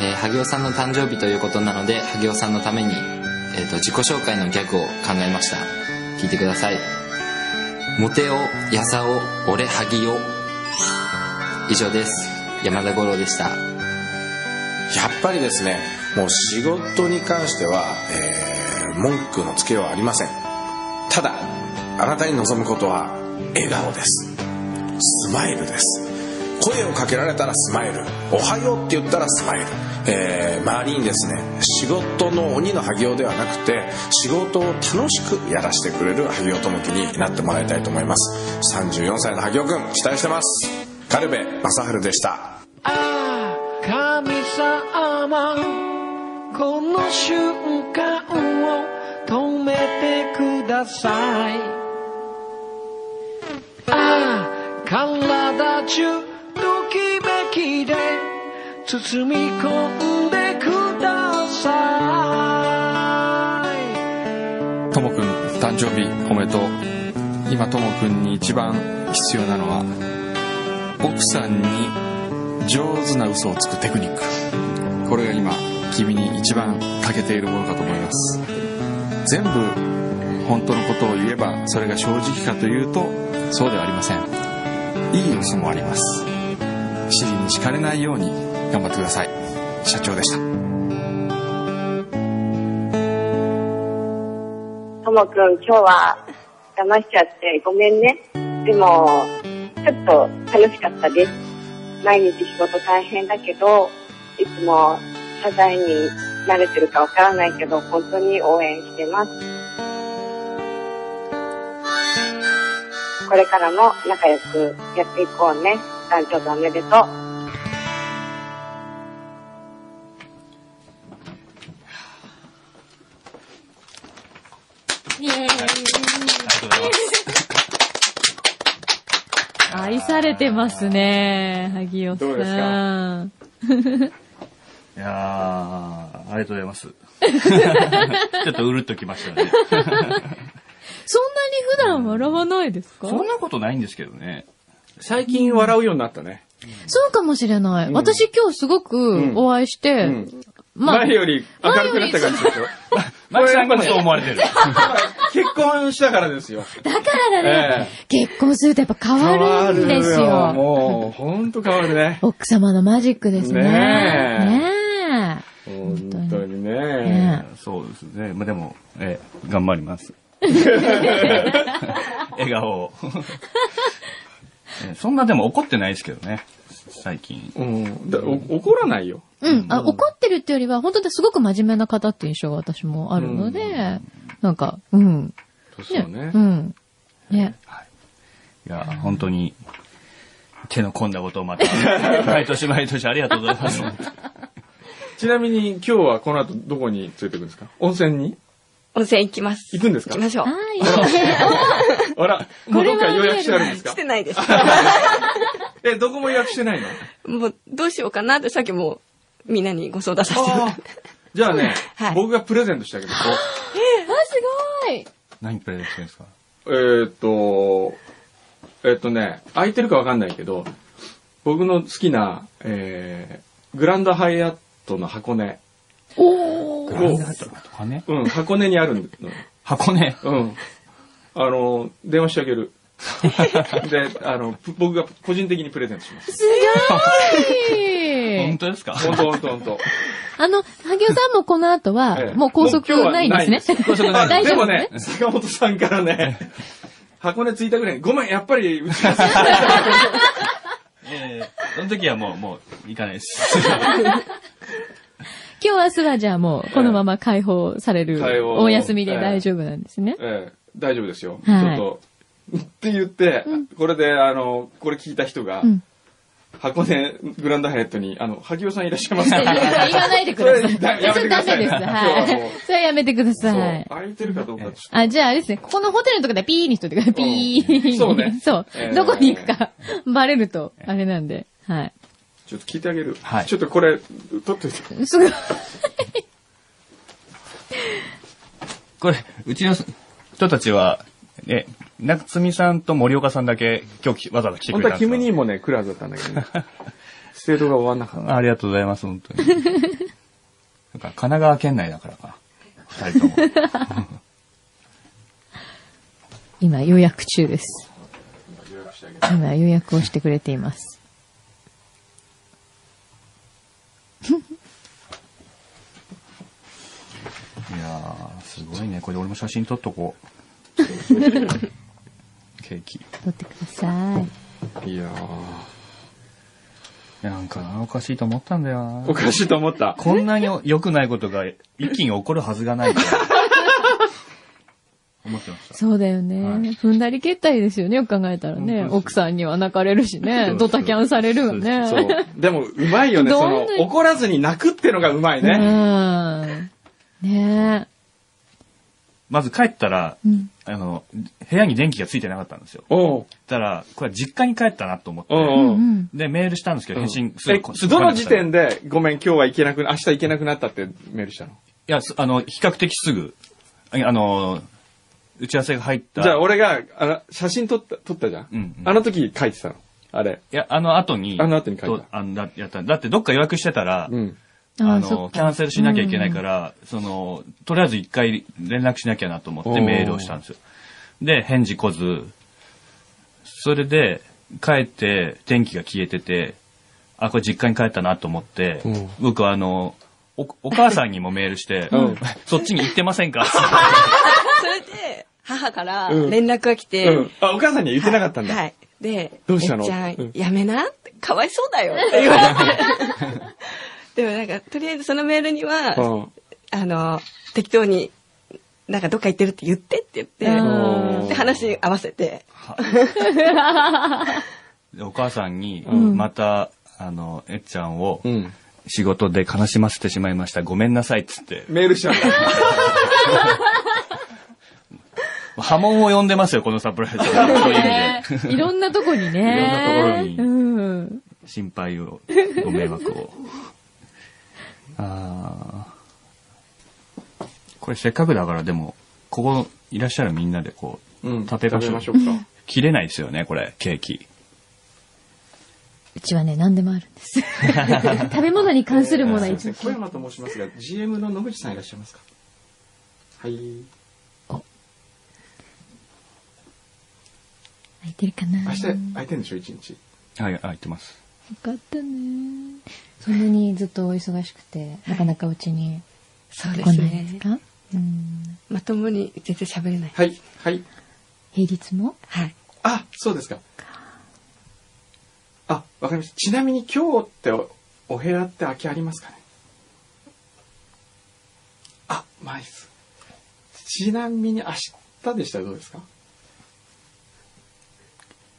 えー、萩尾さんの誕生日ということなので、萩尾さんのために、えっ、と、自己紹介のギャグを考えました。聞いてください。モテオ、ヤサオ、俺、萩尾。以上です。山田五郎でした。
やっぱりですねもう仕事に関しては、えー文句のつけようはありませんただあなたに望むことは笑顔ですスマイルです声をかけられたらスマイルおはようって言ったらスマイル、えー周りにですね仕事の鬼の萩尾ではなくて仕事を楽しくやらせてくれる萩尾智樹になってもらいたいと思います34歳の萩尾くん期待してます軽部正治でした
ああ、神様、この瞬間を止めてください。ああ、体中、ときめきで包み込んでください。
ともくん誕生日おめでとう今ともくんに一番必要なのは奥さんに上手な嘘をつくテクニックこれが今君に一番欠けているものかと思います全部本当のことを言えばそれが正直かというとそうではありませんいい嘘もあります尻に敷かれないように頑張ってください社長でした
ともくん、今日は騙しちゃってごめんね。でも、ちょっと楽しかったです。毎日仕事大変だけど、いつも謝罪に慣れてるかわからないけど、本当に応援してます。これからも仲良くやっていこうね。誕生日おめでとう。
愛されてますね、萩尾さん。
どうですか
い
やー、ありがとうござい ます。ちょっとうるっときましたね。
そんなに普段笑わないですか
そんなことないんですけどね。
最近笑うようになったね。
そうかもしれない。
うん
私今日すごくお会いして、
うん
まあ
前より明るくなった感じでしょ。
マキさんもそう思われてる。
結婚したからですよ。
だからだね、
え
結婚するとやっぱ変わるんですよ。
変わるもう、ほんと変わるね。
奥様のマジックですね。
ねえ
ねえ
本当に
ね。
そうですね。まあでも、えー頑張ります。笑顔を。えーそんなでも怒ってないですけどね。最近。怒らないよ。
うん、あ、怒ってるってよりは、本当ですごく真面目な方って印象が私もあるので、なんか、うん。
そうね
うん。ね。
いや、本当に、手の込んだことをまた、毎年毎年ありがとうございます。
ちなみに今日はこの後どこに連れて行くんですか温泉に
温泉行きます。
行くんですか
行きましょう。
あら、もうどっか予約してあるんですか
してないです。
え、どこも予約してないの
もう、どうしようかなって、さっきもう、みんなにご相談させてもらって。
じゃあね、
はい
僕がプレゼントしてあげる。
あ、すごい
何プレゼントしてるんですかえーっと、えーっとね、空いてるかわかんないけど、僕の好きな、えー、グランドハイアットの箱根。
お
グランドハイアット箱根うん、箱根にあるの。
箱根
うん。あの、電話してあげる。で、あの、ぷ僕が個人的にプレゼントします。
すごい
当ですか本当本当本当。
あの、萩尾さんもこの後は、もう高速ないんですね。
あ
大
で
丈
も
夫
ね
ね。、
坂本さんからね、箱根着いたぐらいに、ごめん、やっぱり、うちが
えーその時はもう、もう、行かない です。
今日明日はじゃあもう、このまま解放される、
解放
お休みで大丈夫なんですね。
ええ大丈夫ですよ。
はい
ちょっと、って言って、これで、あの、これ聞いた人が、
うん
箱根グランドハイアットに、あの、萩尾さんいらっしゃいますか
いやいや言わないでください
それだやめてくださいね。
それダ
今日はもう
メです。はい。それはやめてくだ
そう
さい。
空いてるかどうかちょ
あ、じゃああれですね、ここのホテルのとかでピーにしといてください。ピー。
そうね
そう
えー
どこに行くか、バレると、あれなんで。はい。
ちょっと聞いてあげる。ちょっとこれ、取っといて。
すごい。
これ、うちの人たちは、え、夏美さんと森岡さんだけ今日きわざわざ来てく
本
れ
当
た
は
ん
キ
です
ム
か
兄もね、来るはずだったんだけどね。ステートが終わんなかった。
ありがとうございます、本当に。 なんか神奈川県内だからか。二人とも。
今予約中です。今予約をしてくれています。
いやー、すごいね。これ俺も写真撮っとこう。 ケーキ。
撮ってください。
いやー。なんかな、おかしいと思ったんだよな。
おかしいと思った
こんなに良くないことが一気に起こるはずがないと 思ってました。
そうだよね、踏んだり蹴ったりですよね。よく考えたらね。奥さんには泣かれるしね。ドタキャンされるよね。
そう。でも、うまいよね。
ど
そ
んな
の、怒らずに泣くってのがうまいね。
ね。うん。ね
まず帰ったら、
うん
あの、部屋に電気がついてなかったんですよ。たら、これ実家に帰ったなと思って、
おうおううんうん
で、メールしたんですけど、返信す
え
ぐ、すぐ
ど
返
の
ってき
時
た
点で、ごめん、今日は行けなくな、明日行けなくなったってメールしたの
いや、すあの、比較的すぐ、ああの、打ち合わせが入った。
じゃあ、俺が、あの、写真撮った、撮ったじゃん。あの時書いてたの。あれ。
いや、あの後に、
あの後に書い
とあのだやった。だってどっか予約してたら、
あ
あ
そっ
の、
か
キャンセルしなきゃいけないから、その、とりあえず一回連絡しなきゃなと思って
おー
メールをしたんですよ。で、返事来ず、それで、帰って、天気が消えてて、あ、これ実家に帰ったなと思って、僕はあの、お、お母さんにもメールして、 そっちに行ってませんか
それで、母から
うん
連絡が来て、
うんあお母さんには言ってなかったんだ
はい。で、
どうしたの
えっちゃん、
うん
やめなって、かわいそうだよって言わ れて。でもなんか、とりあえずそのメールには、あの、適当に、なんかどっか行ってるって言ってって言っ
うん
て、で、話に合わせ
で
て。
お母さんに、
うん
また、あの、えっちゃんを、仕事で悲しませてしまいました。ごめんなさい、っつって。
メールしたん だ。
波紋を呼んでますよ、このサプライズ。 そういう意
ね
味で
いろんなと こにね。
いろ
うんとこ
心配を、ご迷惑を。 あーこれせっかくだから、でも、ここいらっしゃるみんなでこう、
うん
食べましょう。
食べましょうか
切れないですよね、これ、ケーキ。
うちはね、何でもあるん です。食べ物に関するものは
えーすい
一
ません
応。
小山と申しますが、GM の野口さんいらっしゃいますかはい。
空いてるかな
明日空いてるんでしょ、一日。
はい、空いてます。
よかったね。そんなにずっとお忙しくて、なかなかうちに
そう
来
で
ない
す
んです
ね。
かうん
まともに全然喋れない。
はい、はい。
平日も
はい。
あ、そうですか。あ、わかりました。ちなみに今日っておお部屋って空きありますかねあ、まいです。ちなみに明日でしたらどうですか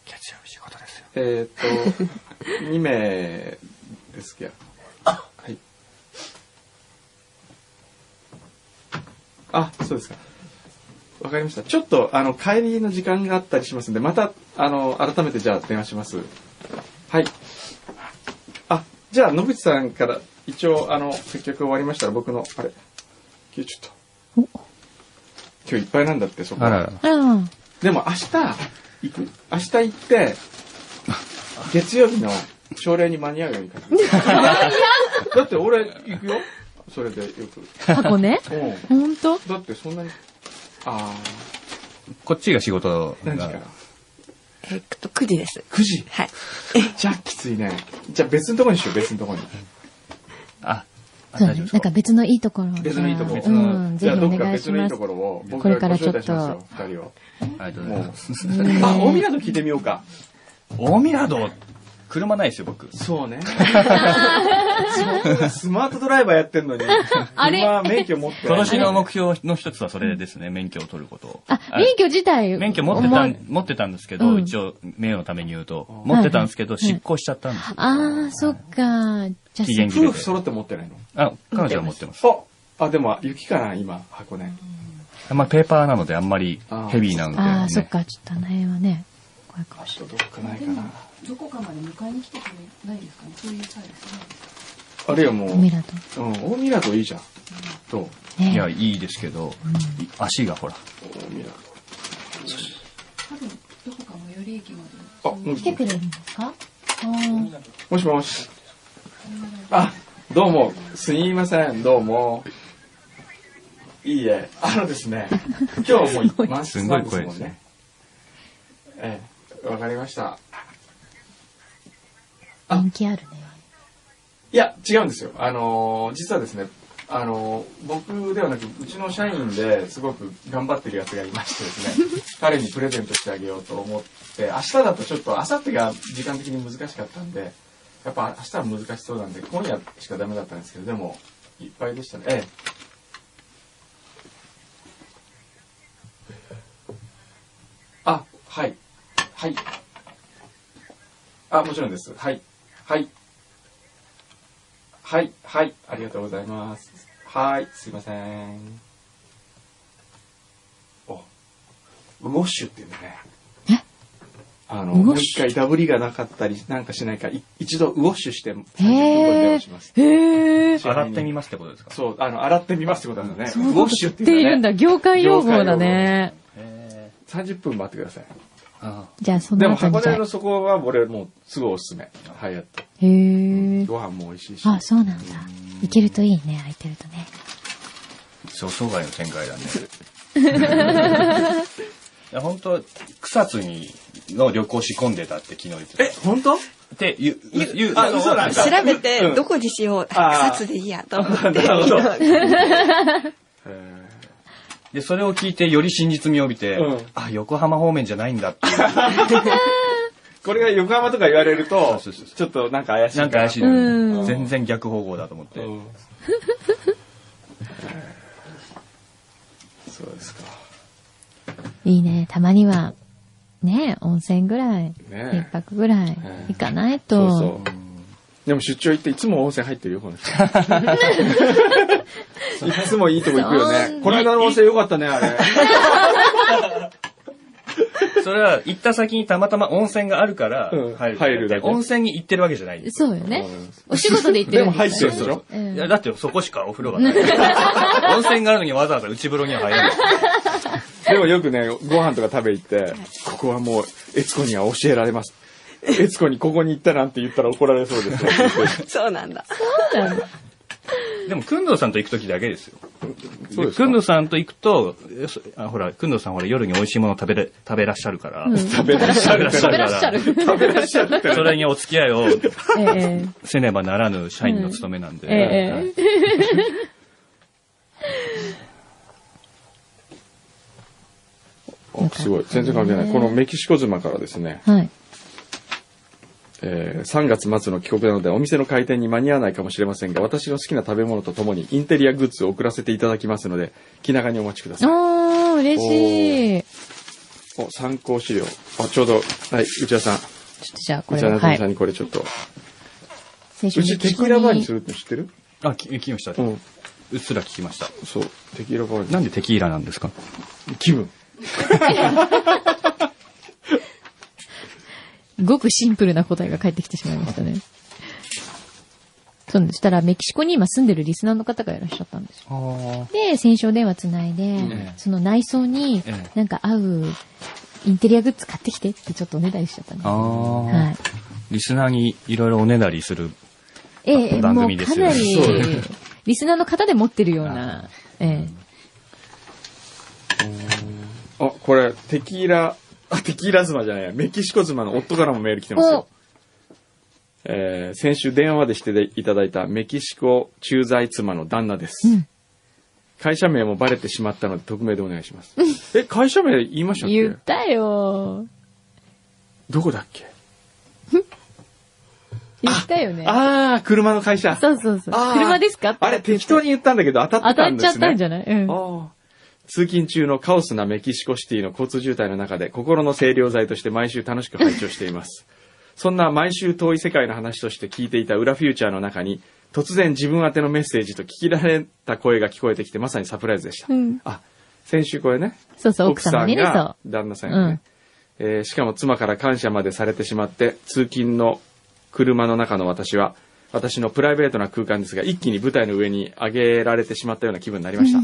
キャッチアップ仕事ですよ。
えーっと、2名ですけど。はい。あ、そうですか。わかりました。ちょっと、あの、帰りの時間があったりしますんで、また、あの、改めてじゃあ電話します。はい。あ、じゃあ、野口さんから、一応、あの、接客終わりましたら、僕の、あれ、今日ちょっと。今日いっぱいなんだって、そこ。
うん。
でも明日、行く明日行って、月曜日の朝礼に間に合うように書く。だって俺行くよ。それでよく。
箱ね
うん
本当
だってそんなに。あ
こっちが仕事
何時から
えっと、9時です。
9時
はい。
じゃあきついね。じゃあ別のとこにしよう、別のとこに。
あ、
そうだね。なんか別のいいところを。
別のいいところ。
うん、ぜ
じゃあ
ひ
ど
お
っか
願いし
別のい
ま
い
す
と。ころを僕
これ
が
か
ご
らちょ
招
っと
待しますよ、二人を。
ありがとうございます。
うんあ、大湊聞いてみようか。
大宮道、車ないですよ、僕。
そう ね。スマートドライバーやってんのに。
あれ
車免許持っ て
今
ない
年の目標の一つはそれですね、免許を取ること。
あ、免許自体。
免許持ってた
重い
ん、持ってたんですけど、
うん
一応、名誉のために言うと、持ってたんですけど、
はいはい
執行しちゃったんです。
あー、そっか。じゃあ
期限切れで
夫婦揃って持ってないの
あ、彼女は持ってます。
あ、でも雪かな、今、箱根。
あんまりペーパーなので、あんまりヘビーなので、
あー、そ
ね
っか。ちょっとあの辺はね。怖いかも
しれない。ないかな。
どこかまで迎えに来てくれないですかねそういうサービスないですか
あれよ、もう。
ミラ
うん、大ミラドいいじゃん。
と、
ね
いや、いいですけど、い足がほら。
多分どこか最寄り駅ま
あ、も
で来てくれるんですかあー
もしもし。あ、どうも。すいません、どうも。いいえ、あので すね、今日もう満室なんですもんね。ええ、わかりました。
人気あるね。
いや、違うんですよ。あのー、実はですね、あのー、僕ではなく、うちの社員ですごく頑張ってるやつがいましてですね、彼にプレゼントしてあげようと思って、明日だとちょっと、明後日が時間的に難しかったんで、やっぱ明日は難しそうなんで、今夜しかダメだったんですけど、でも、いっぱいでしたね。ええあ、はい。はい。あ、もちろんです。はい。はい。はい、はい、ありがとうございます。はい、すいません。お、ウォッシュっていうんだね。あの、
ウォッシュ
もう一回ダブりがなかったりなんかしないか、い一度ウォッシュして、
へえ。へえ。
洗ってみますってことですかそう、あの、洗ってみますってことなんだね。
そういう
ウォ
こ
ッシュ
とっ
って
て
いうんだね。
いるんだ。業界用語だね。
30分待ってください。
じゃあ、そ
で
の
も
後
箱
にじゃ
根のそこは俺もうすぐおすすめ。はい、やっと。
あ。へえ。
ご飯も美味しいし。
あ、そうなんだ。行けるといいね、空いてるとね。
予想外の展開だね。
へ
いや本当草津にの旅行仕込んでたって昨日言ってた。え、
本当
って言う、言う、
あの調べて、ど
こ
こにしよう。
あー
草津でいいや、 と思って。
なるほどで、それを聞いてより真実味を帯びて、あ、横浜方面じゃないんだっていう。
これが横浜とか言われると、ちょっとなんか怪しい。
なんか怪しいな、
うん
全然逆方向だと思って。
そうですか。
いいね、たまには、ね、温泉ぐらい、
え
一泊ぐらい行かないと。
そうそう。でも出張行 っていつも温泉入ってるよ、 この人。いつもいいとこ行くよ
そん
ね。
な
この間の温泉良かったね、あれ。
それは行った先にたまたま温泉があるから入る。入る
だけ
温泉に行ってるわけじゃない。
そうよね。お仕事で行ってるわけじゃない
そうそう
うん
いやだってそこしかお風呂 がない。温泉があるのにわざわざ内風呂には入らない。
でもよくね、ご飯とか食べ行って、ここはもう、エツコには教えられます。エツコにここに行ったなんて言ったら怒られそうです。
そうなんだ。
でも、くんどうさんと行くときだけですよ。
そうですか
くんどうさんと行くと、えそあほら、くんどうさんほら夜に美味しいもの食べれ、食べらっしゃるから。
うん食べらっしゃる
食べらっしゃるから。
食べらっしゃる
それにお付き合いを
ええ
せねばならぬ社員の務めなんで。
ええ。
あすごい。全然関係ない。このメキシコ妻からですね、
はい。
えー3月末の帰国なのでお店の開店に間に合わないかもしれませんが、私の好きな食べ物とともにインテリアグッズを送らせていただきますので、気長にお待ちください。
おー、嬉しい。
お、参考資料。あ、ちょうど、はい、内田さん。
ちょっとじゃあこ
内
れ
田
は、
夏
は
美さん
い。
にこれちょっと。
青
うちテキーラバーにす
る。
るって知ってる
あ、き聞きました。
うん。
うっすら聞きました。
そう。テキーラバーに。
なんでテキーラなんですか
気分。
ごくシンプルな答えが返ってきてしまいましたね。そうなんですそしたら、メキシコに今住んでるリスナーの方がいらっしゃったんですよ。で、戦勝電話つないで、
ええ
その内装に
ええ
なんか合うインテリアグッズ買ってきてってちょっとおねだりしちゃったんです。
ああ、
はい。
リスナーにいろいろおねだりする。
ええ、
番
もう
組で
か
すよ
な
ね
り
そうね、
リスナーの方で持ってるような、ええ。
あ、これ、テキーラ、あ、テキーラ妻じゃないや、メキシコ妻の夫からもメール来てますよ。えー先週電話までしていただいたメキシコ駐在妻の旦那です。会社名もバレてしまったので、匿名でお願いします。え、会社名言いましたっけ
言ったよ。
どこだっけ
言ったよね。
あー、車の会社。
そうそうそう
あ。ー
車ですか
あれ、適当に言ったんだけど当た
当
ってた
た
ん
っ
で
ちゃっ
すね。
たんじゃないうん。
通勤中のカオスなメキシコシティの交通渋滞の中で心の清涼剤として毎週楽しく拝聴してい ます。そんな毎週遠い世界の話として聞いていた裏フューチャーの中に突然自分宛てのメッセージと聞きられた声が聞こえてきてまさにサプライズでした。
うん。
あ、先週これね。
そうそう、奥様にね、
奥さん
そ
が旦那さんがね、えーしかも妻から感謝までされてしまって通勤の車の中の私は私のプライベートな空間ですが、一気に舞台の上に上げられてしまったような気分になりました。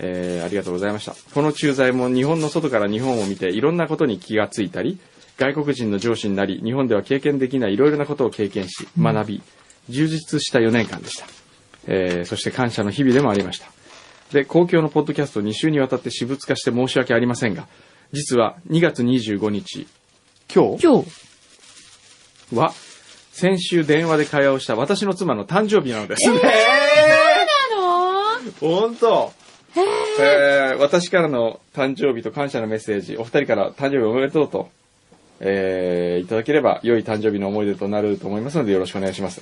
えーありがとうございました。この駐在も日本の外から日本を見ていろんなことに気がついたり、外国人の上司になり、日本では経験できないいろいろなことを経験し、学び、充実した4年間でした。えーそして感謝の日々でもありました。で、公共のポッドキャスト2週にわたって私物化して申し訳ありませんが、実は2月25日、今日
今
日は、先週電話で会話をした私の妻の誕生日なのです。
なの
本当えー私からの誕生日と感謝のメッセージ、お二人から誕生日おめでとうと、えーいただければ良い誕生日の思い出となると思いますのでよろしくお願いします。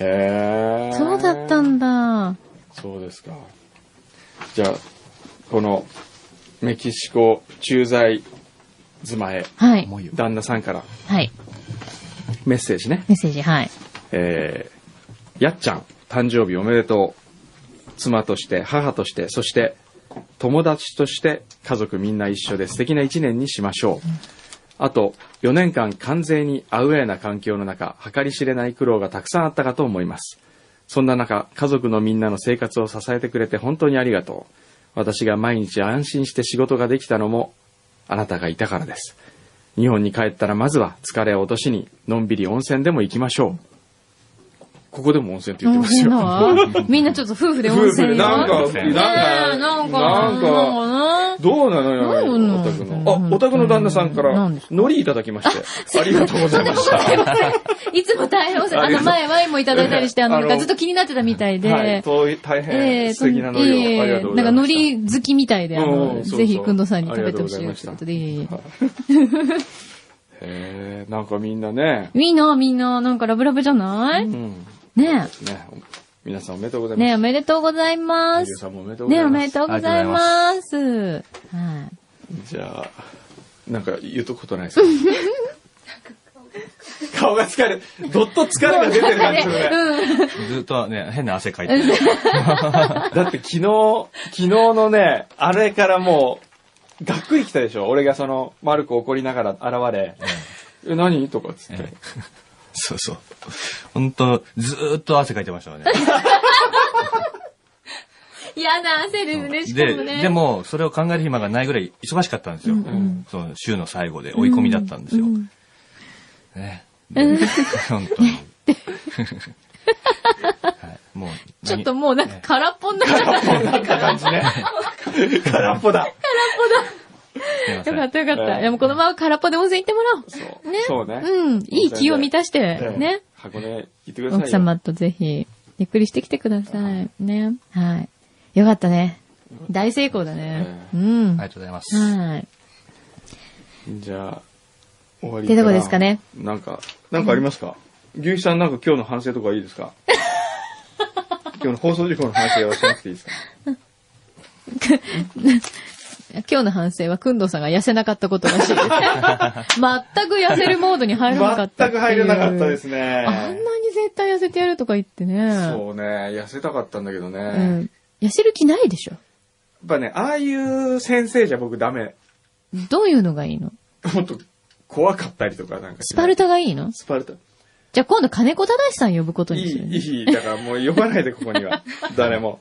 へー
そうだったんだ。
そうですか。じゃあ、このメキシコ駐在妻へ、
はい。
旦那さんから
はい。
メッセージね。
メッセージ、はい。
えーやっちゃん、誕生日おめでとう。妻として、母として、そして、友達として、家族みんな一緒で素敵な一年にしましょう。あと、4年間完全にアウェーな環境の中、計り知れない苦労がたくさんあったかと思います。そんな中、家族のみんなの生活を支えてくれて本当にありがとう。私が毎日安心して仕事ができたのも、あなたがいたからです。日本に帰ったらまずは疲れを落としに、のんびり温泉でも行きましょう。ここでも温泉って言って
温
ます
泉
よ。
だわ。 みんなちょっと夫婦で温
夫婦で
泉よ。
なんか
なんか、
なんか
なんかな
どうなのよ、お宅の。あ、お宅の旦那さんから、海苔いただきま して、ありがとうございました。
いつも大変お世話、
あ
あ
りが
の、
とう
前、ワインもいただいたりして、あ
あ
の、
の
なんかずっと気になってたみたい
はい、
で。
と大変素敵な海
え
苔
え
をありがとうご
な
ざ
ん
い
か
ま
海
した。
苔好きみたいで、あ
う
の、
んそうそう
ぜひ、くんどさんに食べてほしいということで。いえいえ
へえ、なんかみんなね、
いいな、みんな、なんかラブラブじゃない
うん、
ね
ね、皆さんおめでとうござい
え。
ます。
ねえ、おめでとうございま
ゆう
す
さん。もおめでとうござ
ねえ、
い
お
ます。
めでとうございます。はい。
じゃあ、なんか言うとくことない ですか顔が疲れる。どっと疲れが出てる感じする ね。
ずっとね、変な汗かいてる。
だって昨日、昨日のね、あれからもう、がっくり来たでしょ俺がその、マルコ怒りながら現れ、え、何とかっつって。
そうそう。ほんと、ずーっと汗かいてま したわね。
嫌な汗ですね、しか
で、
もね。
でも、それを考える暇がないぐらい忙しかったんですよ。
うんうん
その週の最後で追い込みだったんですよ。
う
ね。
うん
本 当に。はい、もう、
ちょっともうなんか空っぽになっちゃった。空っぽになった感じ ね。
空っぽだ。
よかったよかった。いやもうこのまま空っぽで温泉行ってもらおう。そう。ね。
そうね
うん。いい気を満たして、ね。
箱根行ってくださいよ。
奥様とぜひ、ゆっくりしてきてください。ね。はい。よかったね。大成功だね。うん。
ありがとうございます
はい。
じゃあ、終わり
ってとこですかね。
なんか、なんかありますか、牛肥さんなんか今日の反省とかいいです か今日の放送事故の反省はしなくていいです か
今日の反省は、くんどさんが痩せなかったことらしいです。全く痩せるモードに入らなかったってい
全く
う。
入れなかったです
あん
ね。
なに絶対痩せてやるとか言ってね。
そうね、痩せたかったんだけどね。
う
やっ
ん。痩せる気ないでしょ。
ぱね、ああいう先生じゃ僕ダメ。
どういうのがいいの
もっと怖かったりとかなんかし
ス
ない
パルタがいいの
スパルタ。
じゃあ今度金子正さん呼ぶこと
い
にする。
い、いい。だからもう呼ばないで、ここに は。誰も。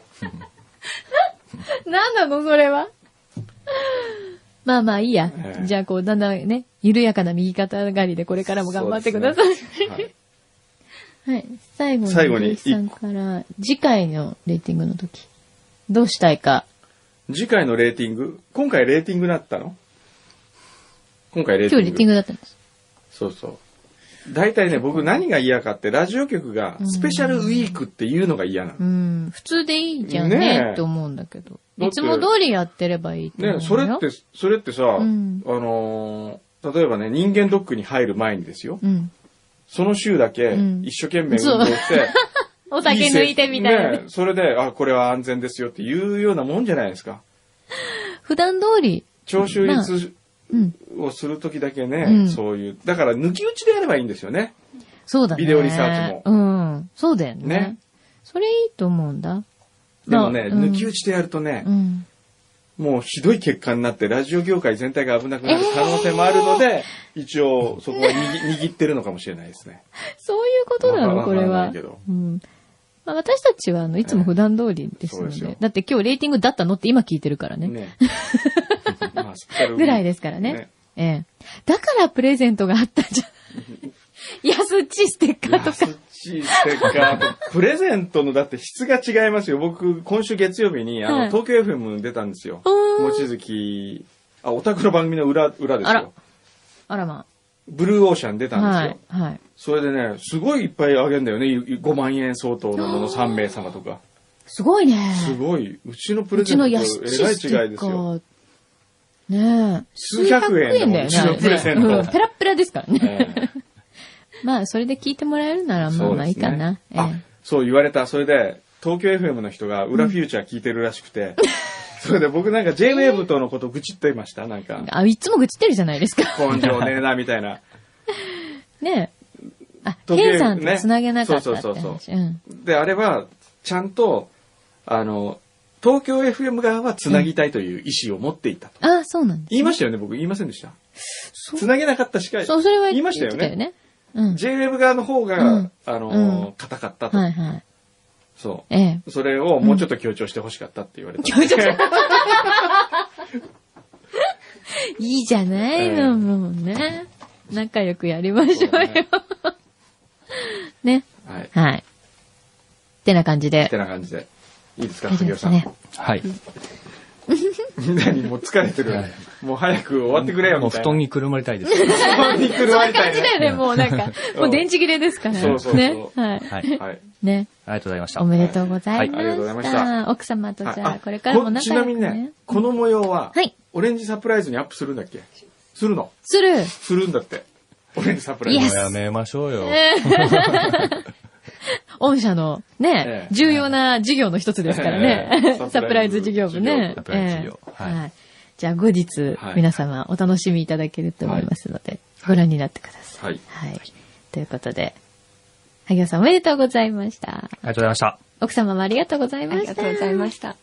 なんなのそれは。まあまあいいや。
ええ
じゃあこう、だんだんね、緩やかな右肩上がりでこれからも頑張ってください。
そうですね
はい。最後に、
最後に
ゆうきさんから、次回のレーティングの時、どうしたいか。
次回のレーティング今回レーティングだったの今回レーテ
今
ィング。
日レーティングだったんです。
そうそう。大体ね、僕何が嫌かって、ラジオ局がスペシャルウィークっていうのが嫌なの。
うん。普通でいいじゃんね、
ねえ
って思うんだけど。
だって
いつも通りやってればいいと思うよ。
ね、それって、それってさ、
ん
あのー例えばね、人間ドックに入る前にですよ。
うん。
その週だけ
うん
一生懸命運動 して、
お酒抜いてみたいなね
ね。それで、あ、これは安全ですよっていうようなもんじゃないですか。
普段通り。
聴取
まあ
率
うん。
をするときだけね、
うん
そういう。だから抜き打ちでやればいいんですよね。
そうだね。
ビデオリサーチも
うん。そうだよね。
ね
それいいと思うんだ。
でもね、
まあうん
抜き打ちでやるとね、
うん。
もうひどい結果になって、ラジオ業界全体が危なくなる可能性もあるので、一応そこは 握握ってるのかもしれないですね。
そういうことな
ま
の、
あ
これ
わからな
はい
けど。
うんまあ、私たちは、あの、いつも普段通りです
ええそ
の
うですよ
で。だって今日レーティングだったのって今聞いてるからね。
ね まあスペシャルウィーク
ぐらいですからね。ええ。だからプレゼントがあったん じゃない。安っちいステッカーとか。
チーステッカーと、プレゼントのだって質が違いますよ。僕、今週月曜日に、あの、
はい
東京 FM に出たんですよ。望月、あ、オタクの番組の裏、裏です
あら
よ。
あらま
ブルーオーシャン出
あ。
たんですよ。
はい。はい。
それでね、すごいいっぱいあげんだよね。い5万円相当のもの3名様とか。
すごいね。
すごい。うちのプレ
う
ゼ
ち
ント
の
とえ
安っちい
らい
ステ
違い
ッ
で
カ
すよ。
ー。ねえ。
数百円
数だよね。
うちのプレゼント
あれねうんペラッペラですからね。まあ、それで聞いてもらえるなら、まあまあいいかな。ええ
そう言われた。それで、東京 FM の人が裏フューチャー聞いてるらしくて。 それで僕なんか JWAVE とのこと愚痴ってました。なんか。
あ、いつも愚痴ってるじゃないですか。
根性ねえな、みたいな。
ねえ。あ、
時計
ケンさんと
ね
繋げなかったって
そうそうそう
話。
そ
うん。
で、あれは、ちゃんと、あの、東京 FM 側は繋ぎたいという意思を持っていたと。
あ、そうなんだ。
言いましたよね、僕。言いませんでした。繋げなかったしか
そう、それは
言い
言
ま
っ
したよ
てたよ
ね。
ね。うん。
JWEB 側の方
う
が
ん、
あの
う
ー、硬かったと。
はいはい。
そ
え
う。それをもうちょっと強調してほしかったって言われた。強調
え。いいじゃないの、もうね。仲良くやりましょうよ。 ね。
はい。
はい。ってな感じで。
ってな感じで。いいですか、
大丈夫
萩
で
尾
す
さ
か
ん。
ね。
はい。
みんなにもう疲れてる。もう早く終わってくれよ、
も
み
う
た
布
いな
団。にくるまりたいです。
布団にくるまりたい
そんな感じだよね、
ね。
もうなんか。 もう電池切れですから。
そうそうそう
ね。はい。
はい。
ね。
ありがとうございました。
おめでとうござい
は
ま
ありがとうございま
し
した
た。奥様とじ
は
ゃ
い
あ、これからも
こ
仲
ちな
良
み
く
に
ね
ね。、この模様は
はい、
オレンジサプライズにアップするんだっけするの
する。
するんだって。オレンジサプライズ。
Yes もうや
めましょうよ
えー御社のね、重要な事業の一つですからね
え。え
サプライズ事業部ね。
サプライズ事業
ええはいじゃあ後日、皆様お楽しみいただけると思いますので、ご覧になってください。
はい。
はい。ということで、萩尾さんおめでとうございました。
ありがとうございました。
奥様もありがとうございました。ありがとうございました。